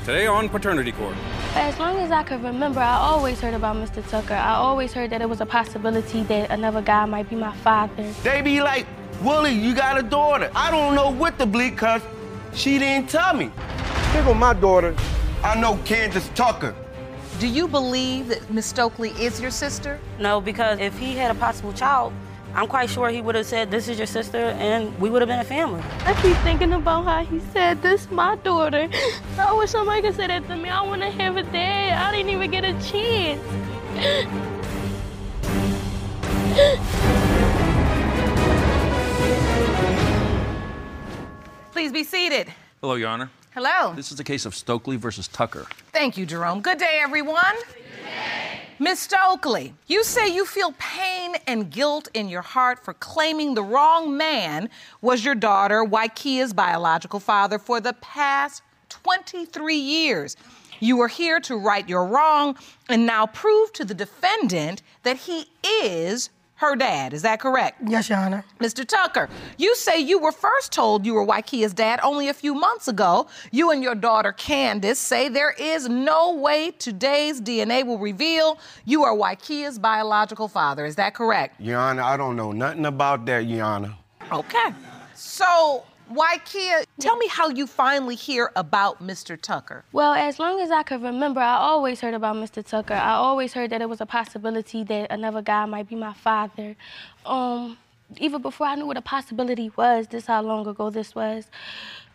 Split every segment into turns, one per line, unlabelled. Today on Paternity Court.
As long as I could remember, I always heard about Mr. Tucker. I always heard that it was a possibility that another guy might be my father.
They be like, Willie, you got a daughter. I don't know what to believe because she didn't tell me. Here go my daughter. I know Candace Tucker.
Do you believe that Miss Stokely is your sister?
No, because if he had a possible child, I'm quite sure he would have said, This is your sister, and we would have been a family.
I keep thinking about how he said, This my daughter. I wish somebody could say that to me. I want to have a dad. I didn't even get a chance.
Please be seated.
Hello, Your Honor.
Hello.
This is the case of Stokely versus Tucker.
Thank you, Jerome. Good day, everyone. Miss Stokely, you say you feel pain and guilt in your heart for claiming the wrong man was your daughter, Waikia's biological father, for the past 23 years. You were here to right your wrong and now prove to the defendant that he is her dad. Is that correct?
Yes, Your Honor.
Mr. Tucker, you say you were first told you were Waikia's dad only a few months ago. You and your daughter Candace say there is no way today's DNA will reveal you are Waikia's biological father. Is that correct?
Your Honor, I don't know nothing about that, Your Honor.
Okay. So, Waikia, tell me how you finally hear about Mr. Tucker.
Well, as long as I could remember, I always heard about Mr. Tucker. I always heard that it was a possibility that another guy might be my father. Um, even before I knew what a possibility was, this how long ago this was.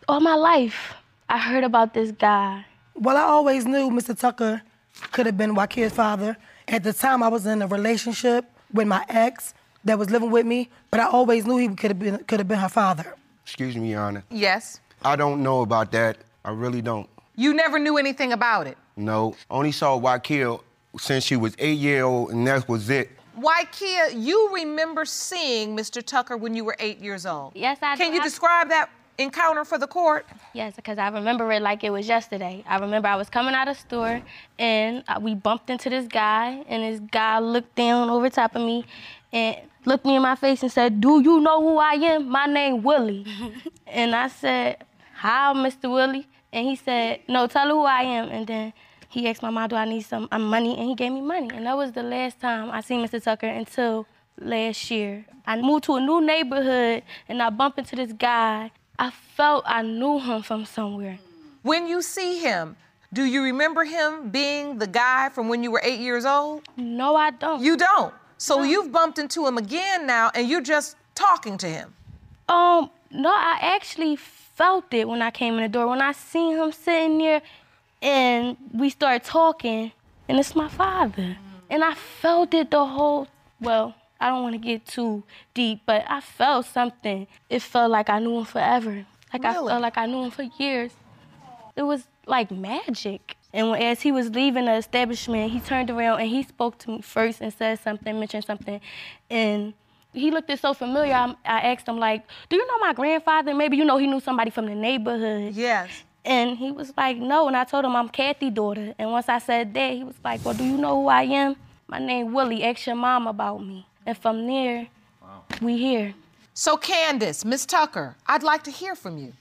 All my life, I heard about this guy.
Well, I always knew Mr. Tucker could have been Wakir's father. At the time, I was in a relationship with my ex that was living with me, but I always knew he could have been could have been her father.
Excuse me, Your Honor.
Yes.
I don't know about that. I really don't.
You never knew anything about it.
No. Only saw Wakil since she was eight year old, and that was it.
Waikia, you remember seeing Mr. Tucker when you were eight years old.
Yes, I
Can
do.
you
I-
describe that encounter for the court?
Yes, because I remember it like it was yesterday. I remember I was coming out of store and uh, we bumped into this guy, and this guy looked down over top of me and looked me in my face and said, "Do you know who I am? My name Willie." and I said, "How, Mr. Willie?" And he said, "No, tell her who I am." And then he asked my mom, "Do I need some um, money?" And he gave me money. And that was the last time I seen Mr. Tucker until last year. I moved to a new neighborhood and I bumped into this guy. I felt I knew him from somewhere.
When you see him, do you remember him being the guy from when you were eight years old?
No, I don't.
You don't. So you've bumped into him again now and you're just talking to him.
um no, I actually felt it when I came in the door. When I seen him sitting there and we started talking, and it's my father. And I felt it the whole well, I don't want to get too deep, but I felt something. It felt like I knew him forever. Like I
Really?
felt like I knew him for years. It was like magic. And when- as he was leaving the establishment, he turned around and he spoke to me first and said something, mentioned something, and he looked it so familiar. I, I asked him like, "Do you know my grandfather? Maybe you know he knew somebody from the neighborhood."
Yes.
And he was like, "No." And I told him I'm Kathy's daughter. And once I said that, he was like, "Well, do you know who I am? My name Willie. Ask your mom about me." And from there, we here.
So Candace, Miss Tucker, I'd like to hear from you.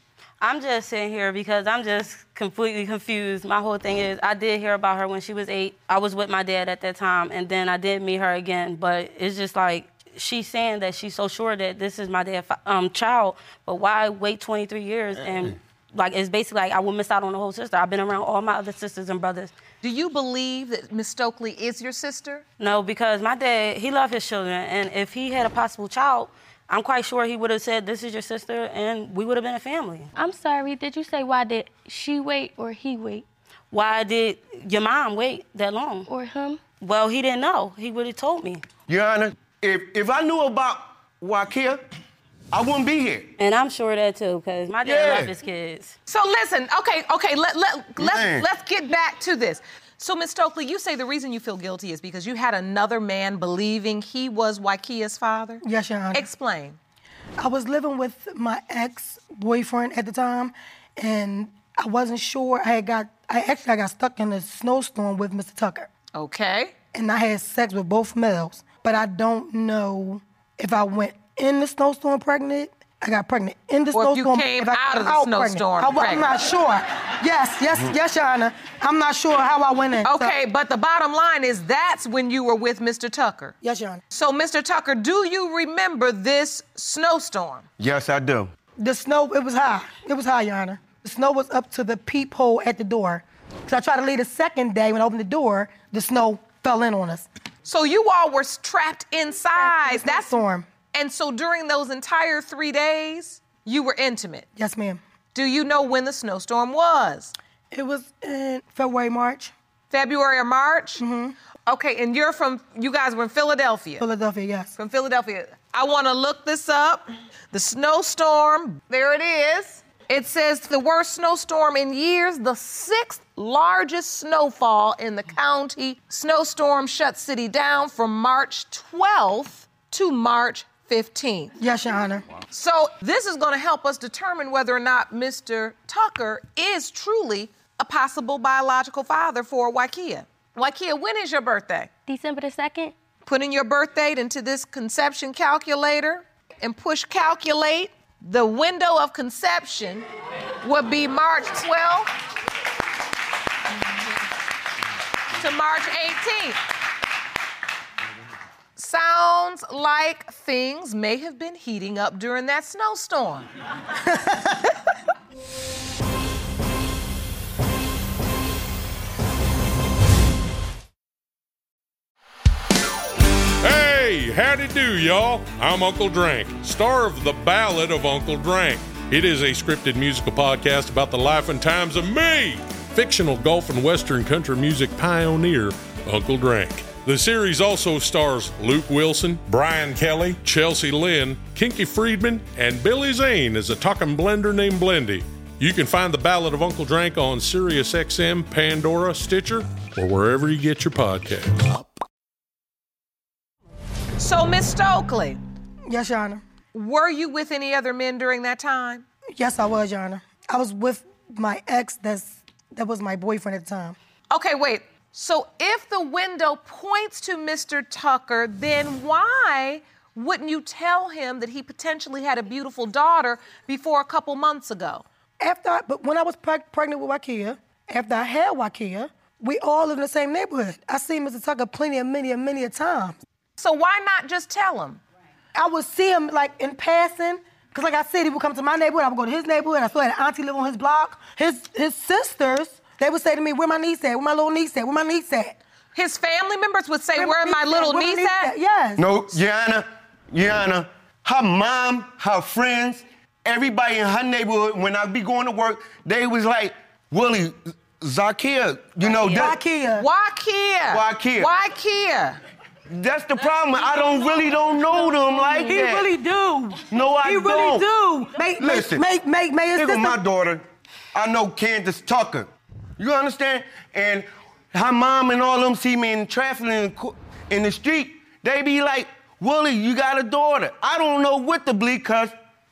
I'm just sitting here because I'm just completely confused. My whole thing is, I did hear about her when she was eight. I was with my dad at that time, and then I did meet her again. But it's just like she's saying that she's so sure that this is my dad's um, child, but why wait 23 years and like it's basically like I will miss out on the whole sister. I've been around all my other sisters and brothers.
Do you believe that Miss Stokely is your sister?
No, because my dad, he loved his children, and if he had a possible child, I'm quite sure he would have said, "This is your sister," and we would have been a family.
I'm sorry. Did you say why did she wait or he wait
Why did your mom wait that long?
or him?
Well, he didn't know. He would have told me.
Your Honor, If if I knew about Wakia, I wouldn't be here.
And I'm sure of that too, because my dad
Yeah.
loved his kids.
So listen, okay, okay, let, let,
Man.
let's, let's get back to this. So, Ms. Stokely, you say the reason you feel guilty is because you had another man believing he was Waikia's father?
Yes, Your Honor.
Explain.
I was living with my ex boyfriend at the time, and I wasn't sure. I had got, I actually I got stuck in a snowstorm with Mr. Tucker,
Okay.
and I had sex with both males. But I don't know if I went in the snowstorm pregnant. I got pregnant in the
Or if you
snowstorm.
came
I
out of the
pregnant.
snowstorm
I, am
pregnant. Mm.
not sure. Yes, yes, yes, Your Honor. I'm not sure how I went in. So-
Okay, but the bottom line is that's when you were with Mr. Tucker.
yes, Your Honor.
So, Mr. Tucker, do you remember this snowstorm?
Yes, I do.
The snow, it was high. It was high, Your Honor. The snow was up to the peephole at the door. Because I tried to leave the second day when I opened the door, the snow fell in on us.
So you all were trapped inside.
Trapped in the snowstorm.
And so during those entire three days, you were intimate.
Yes, ma'am.
Do you know when the snowstorm was?
It was in February, March,
February or March? Mm-hmm. Okay, and you're from, you guys were in Philadelphia.
Philadelphia, yes.
from Philadelphia. I want to look this up. The snowstorm, there it is. It says the worst snowstorm in years, the sixth largest snowfall in the county. Snowstorm shut city down from March 12th to March 15th.
Yes, Your Honor.
So this is going to help us determine whether or not Mr. Tucker is truly a possible biological father for Waikia. Waikia, when is your birthday?
December the 2nd?
put in your birth date into this conception calculator and push calculate. The window of conception would be March 12th to March 18th. Sounds like things may have been heating up during that snowstorm.
Hey, howdy do, y'all. I'm Uncle Drank, star of The Ballad of Uncle Drank. It is a scripted musical podcast about the life and times of me, fictional golf and western country music pioneer, Uncle Drank. The series also stars Luke Wilson, Brian Kelly, Chelsea Lynn, Kinky Friedman, and Billy Zane as a talking blender named Blendy. You can find The Ballad of Uncle Drank on SiriusXM, Pandora, Stitcher, or wherever you get your podcasts.
So, Miss Stokely,
Yes, Your Honor.
were you with any other men during that time?
Yes, I was, Your Honor. I was with my ex that's, that was my boyfriend at the time.
Okay, wait. So if the window points to Mr. Tucker, then why wouldn't you tell him that he potentially had a beautiful daughter before a couple months ago?
After, I, but when I was preg- pregnant with Wakia, after I had Wakia, we all live in the same neighborhood. I seen Mr. Tucker plenty of many, and many a times.
So why not just tell him?
I would see him like in passing, cause like I said, he would come to my neighborhood. I would go to his neighborhood. I still had an auntie live on his block. His his sisters, they would say to me, "Where my niece at? Where my little niece at? Where my niece at?"
His family members would say, "Where
niece
my
at?
little
Where
niece at?"
Yes.
No, Yana, Yana, her mom, her friends, everybody in her neighborhood, when I be going to work, they was like, Willie, Zakia, you know, that,
Wakia.
Why Kia?
Why Kia?
Why Kia?
that's the problem. I don't really don't know them like
He
that.
really do.
No, I
he really
don't.
do. Make,
Listen.
make, make, make, make his
Here go
sister.
my daughter. I know Candace Tucker. You understand? And her mom and all them see me in traffic in the, co- in the street. They be like, Willie, you got a daughter. I don't know what to believe because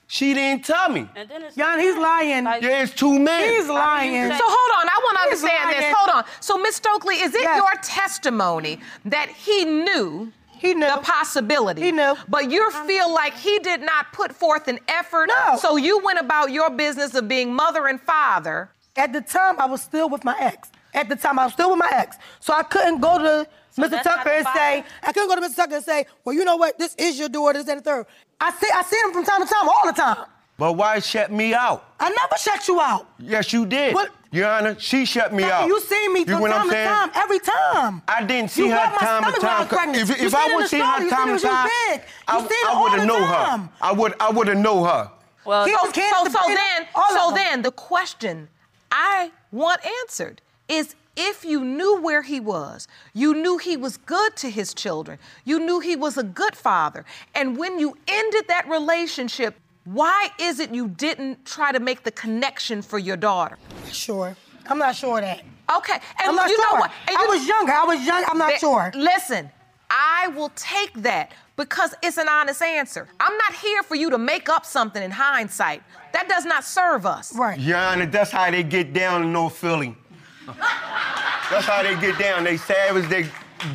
she didn't tell me.
And then it's
Yon, he's lying.
Like-
Yeah, it's two men.
He's lying.
So hold on, I want to
He's
understand this.
lying.
Hold on. So Miss Stokely, is it
Yes.
your testimony that he knew
he knew.
the possibility.
He knew.
But you feel like he did not put forth an effort.
No.
So you went about your business of being mother and father.
At the time, I was still with my ex. At the time, I was still with my ex. So I couldn't go to Mr.
that's not
Tucker
the
and say,
father?
I couldn't go to Mr. Tucker and say, well, you know what? This is your daughter, this and the third. I see, I see him from time to time, all the time.
But why shut me out?
I never shut you out.
Yes, you did.
What?
Your Honor, she shut me
Tucker,
out.
You see me
You
from
what I'm
time to
saying?
time, every time.
I didn't see
you
her
rubbed my
time to
stomach when I
time.
was pregnant.
If,
you
if
said it
I
in
would
the
see
store,
her
you said
time
it
to
was you
time,
big. You
I,
said it
I
all the
would've know
time.
her. I would I would have know her.
well,
He
So,
was- Can't
so, so
debate it.
then,
All of
so
them.
then the question I want answered is If you knew where he was, you knew he was good to his children, you knew he was a good father, and when you ended that relationship, why is it you didn't try to make the connection for your daughter?
Sure. I'm not sure of that.
Okay, and
I'm not
you
sure.
know what? And
I
you-
was younger. I was young. I'm not
that-
sure.
Listen, I will take that because it's an honest answer. I'm not here for you to make up something in hindsight. That does not serve us.
Right.
Your Honor, that's how they get down in North Philly. that's how they get down. They savage, they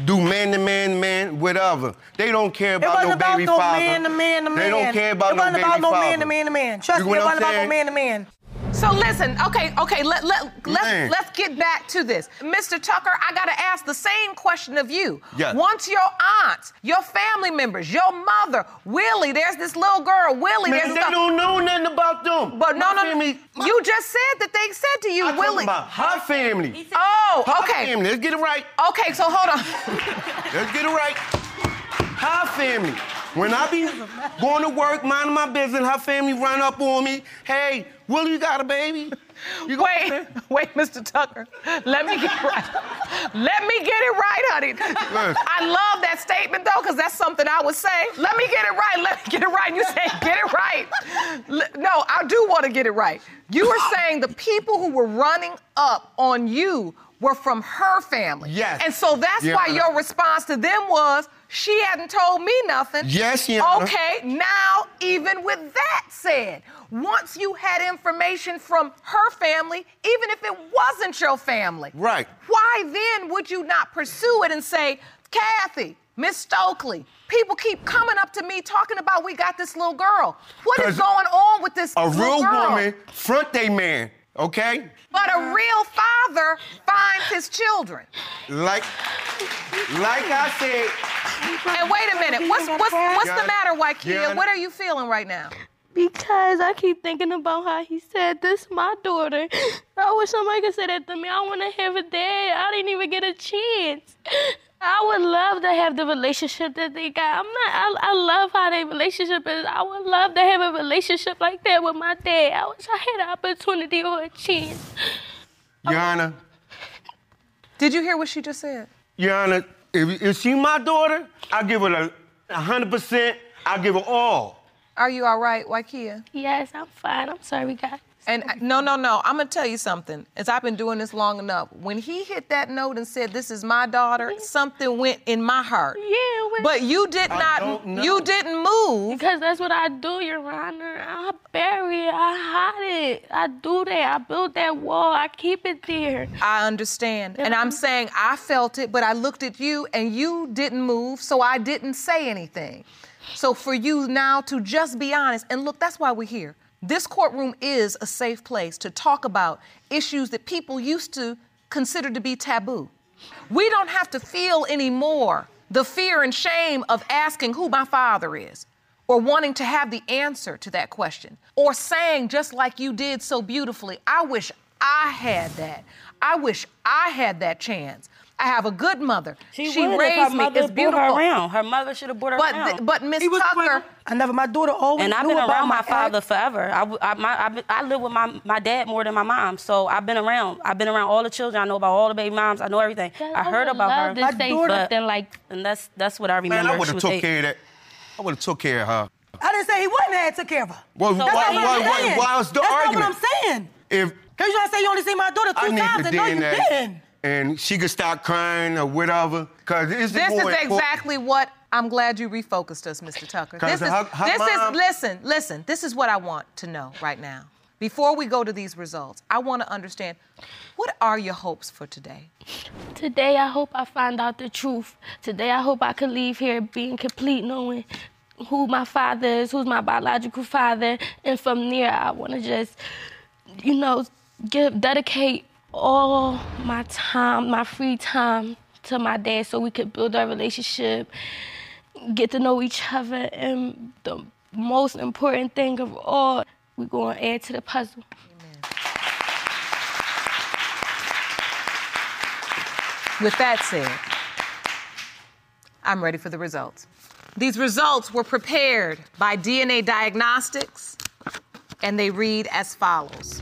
do man to man, man, whatever. They don't care
It
about
wasn't
no
about
baby
no
father.
man to man to man.
They don't care about
it
no
wasn't
baby
about no
father.
man to man to man. Trust
You
me,
know
it
what
wasn't
I'm
about no
saying?
man to man.
So listen, okay, okay, let, let, let's,
Man.
let's get back to this. Mr. Tucker, I gotta ask the same question of you.
Yes.
Once your aunts, your family members, your mother, Willie, there's this little girl, Willie,
Man,
there's
they
this-
don't know nothing about them.
But
My
no, no,
family, my-
you just said that they said to you,
I'm talking
Willie.
about her family.
Oh,
Her
okay.
family. Let's get it right.
Okay, so hold on.
Let's get it right. Her family. When I be going to work, minding my business, her family run up on me. Hey, Willie, you got a baby? You got a
Wait,
baby?
wait, Mr. Tucker. Let me get it right. Let me get it right, honey. I love that statement though, because that's something I would say. Let me get it right. Let me get it right. You say get it right. L- No, I do want to get it right. You were saying the people who were running up on you were from her family.
Yes.
And so that's
Your
why
Honor.
your response to them was, she hadn't told me nothing.
Yes, Your Honor.
Okay, now, even with that said, once you had information from her family, even if it wasn't your family,
Right.
Why then would you not pursue it and say, Kathy, Miss Stokely, people keep coming up to me talking about we got this little girl. What is
'Cause
going on with this
A
little
real
girl?
woman front they man, okay?
But a real father finds his children.
Like, like I said,
And wait a minute, what's what's what's the
Yeah,
matter,
I-
Waikia? What are you feeling right now?
Because I keep thinking about how he said, This my daughter. I wish somebody could say that to me. I want to have a dad. I didn't even get a chance. I would love to have the relationship that they got. I'm not, I, I love how their relationship is. I would love to have a relationship like that with my dad. I wish I had an opportunity or a chance.
Your Honor,
Did you hear what she just said?
Your Honor, if, if she my daughter, I give her a, a hundred percent. I give her all.
Are you all right, Waikia?
Yes, I'm fine. I'm sorry, guys.
And I- no, no, no. I'm gonna tell you something. As I've been doing this long enough, when he hit that note and said, "This is my daughter," something went in my heart.
Yeah, it went-
But you did
I
not.
don't know.
You didn't move.
Because that's what I do, Your Honor. I bury it. I hide it. I do that. I build that wall. I keep it there.
I understand. And I'm
Mm-hmm.
saying I felt it, but I looked at you and you didn't move, so I didn't say anything. So for you now to just be honest, and look, that's why we're here. This courtroom is a safe place to talk about issues that people used to consider to be taboo. We don't have to feel anymore the fear and shame of asking who my father is or wanting to have the answer to that question or saying just like you did so beautifully i wish i had that i wish i had that chance i have a good mother
She, would if her mother brought her around. Her mother should have brought her
but
around.
th- but miss
He was
tucker
pregnant. I never. My daughter always
and I've
knew
been
about
around
my,
my father
ex.
forever. I, w- I, my, I, been- I live with my, my dad more than my mom, so I've been around. I've been around all the children. I know about all the baby moms. I know everything. I heard
would
about her.
love To
My
say
daughter-
something like,
and that's that's what I remember.
Man, I would
She
have
was
took
eight.
care of that. I would have took care of her.
I didn't say he wasn't had took care of her.
Well,
So
why,
That's
why,
not what I'm
why,
saying.
why is the
That's
argument?
not what I'm saying.
If
Cause you trying to say you only seen my daughter
I
two
need
times,
the
and no, you
DNA,
didn't.
and she could stop crying or whatever, cause it's Oh,
this is
more important.
exactly what I'm glad you refocused us, Mr. Tucker. This
Cause
is
her- her
this
mom-
is listen, listen. This is what I want to know right now. Before we go to these results, I want to understand what are your hopes for today?
Today, I hope I find out the truth. Today, I hope I can leave here being complete, knowing who my father is, who's my biological father. And from there, I want to just, you know, give, dedicate all my time, my free time to my dad so we could build our relationship, get to know each other. And the most important thing of all, we're going to add to the puzzle.
With that said, I'm ready for the results. These results were prepared by DNA Diagnostics, and they read as follows.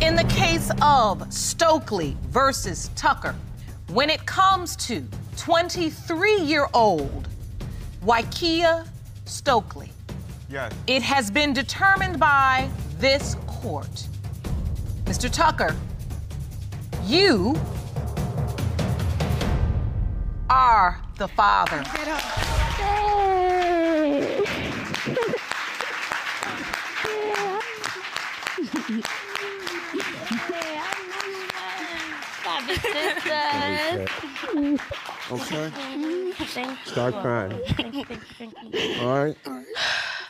In the case of Stokely versus Tucker, when it comes to 23 year old Waikia Stokely,
Yes.
it has been determined by this court. Mr. Tucker, you are the father.
Okay.
Thank you.
Start crying.
Thank you, thank you, thank you.
All right.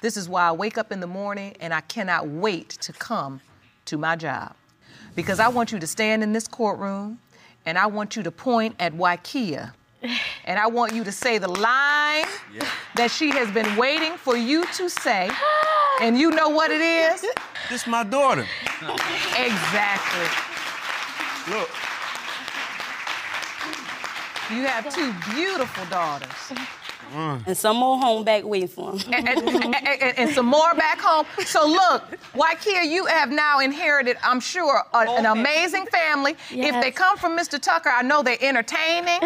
This is why I wake up in the morning and I cannot wait to come to my job. Because I want you to stand in this courtroom and I want you to point at Waikia. And I want you to say the line that she has been waiting for you to say. And you know what it is?
This my daughter.
Exactly.
Look.
You have two beautiful daughters.
And some old home back waiting for him.
and, and- and- and some more back home. So look, Waikia, you have now inherited, I'm sure, a- an amazing family. If they
Yes.
come from Mr. Tucker, I know they're entertaining.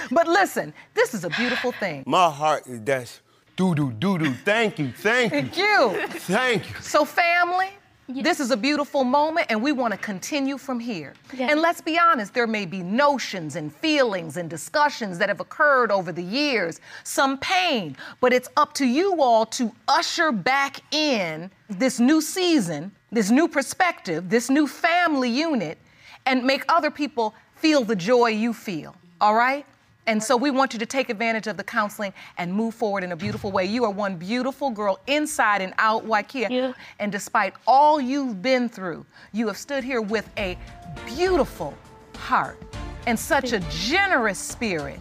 but listen, this is a beautiful thing.
My heart is that's doo doo doo doo. Thank you. Thank you.
Thank you.
Thank you.
So, family, this is a beautiful moment, and we want to continue from here.
Yes.
And let's be honest, there may be notions and feelings and discussions that have occurred over the years, some pain, but it's up to you all to usher back in this new season, this new perspective, this new family unit, and make other people feel the joy you feel, all right? And so we want you to take advantage of the counseling and move forward in a beautiful way. You are one beautiful girl inside and out, Waikia.
you.
And despite all you've been through, you have stood here with a beautiful heart and such a generous spirit.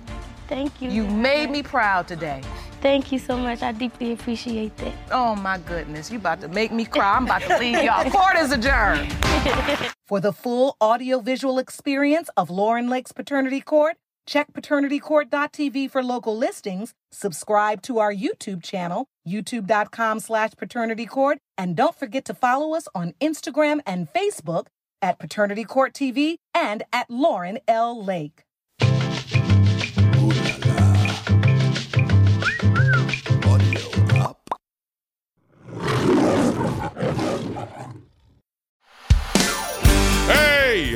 Thank you.
You made me proud today.
Thank you so much. I deeply appreciate that.
Oh my goodness, you about to make me cry. I'm about to leave y'all. Court is adjourned.
For the full audiovisual experience of Lauren Lake's Paternity Court, check paternitycourt.tv for local listings, subscribe to our YouTube channel, youtube.com slash paternitycourt, and don't forget to follow us on Instagram and Facebook at Paternity Court TV and at Lauren L. Lake.
Hey,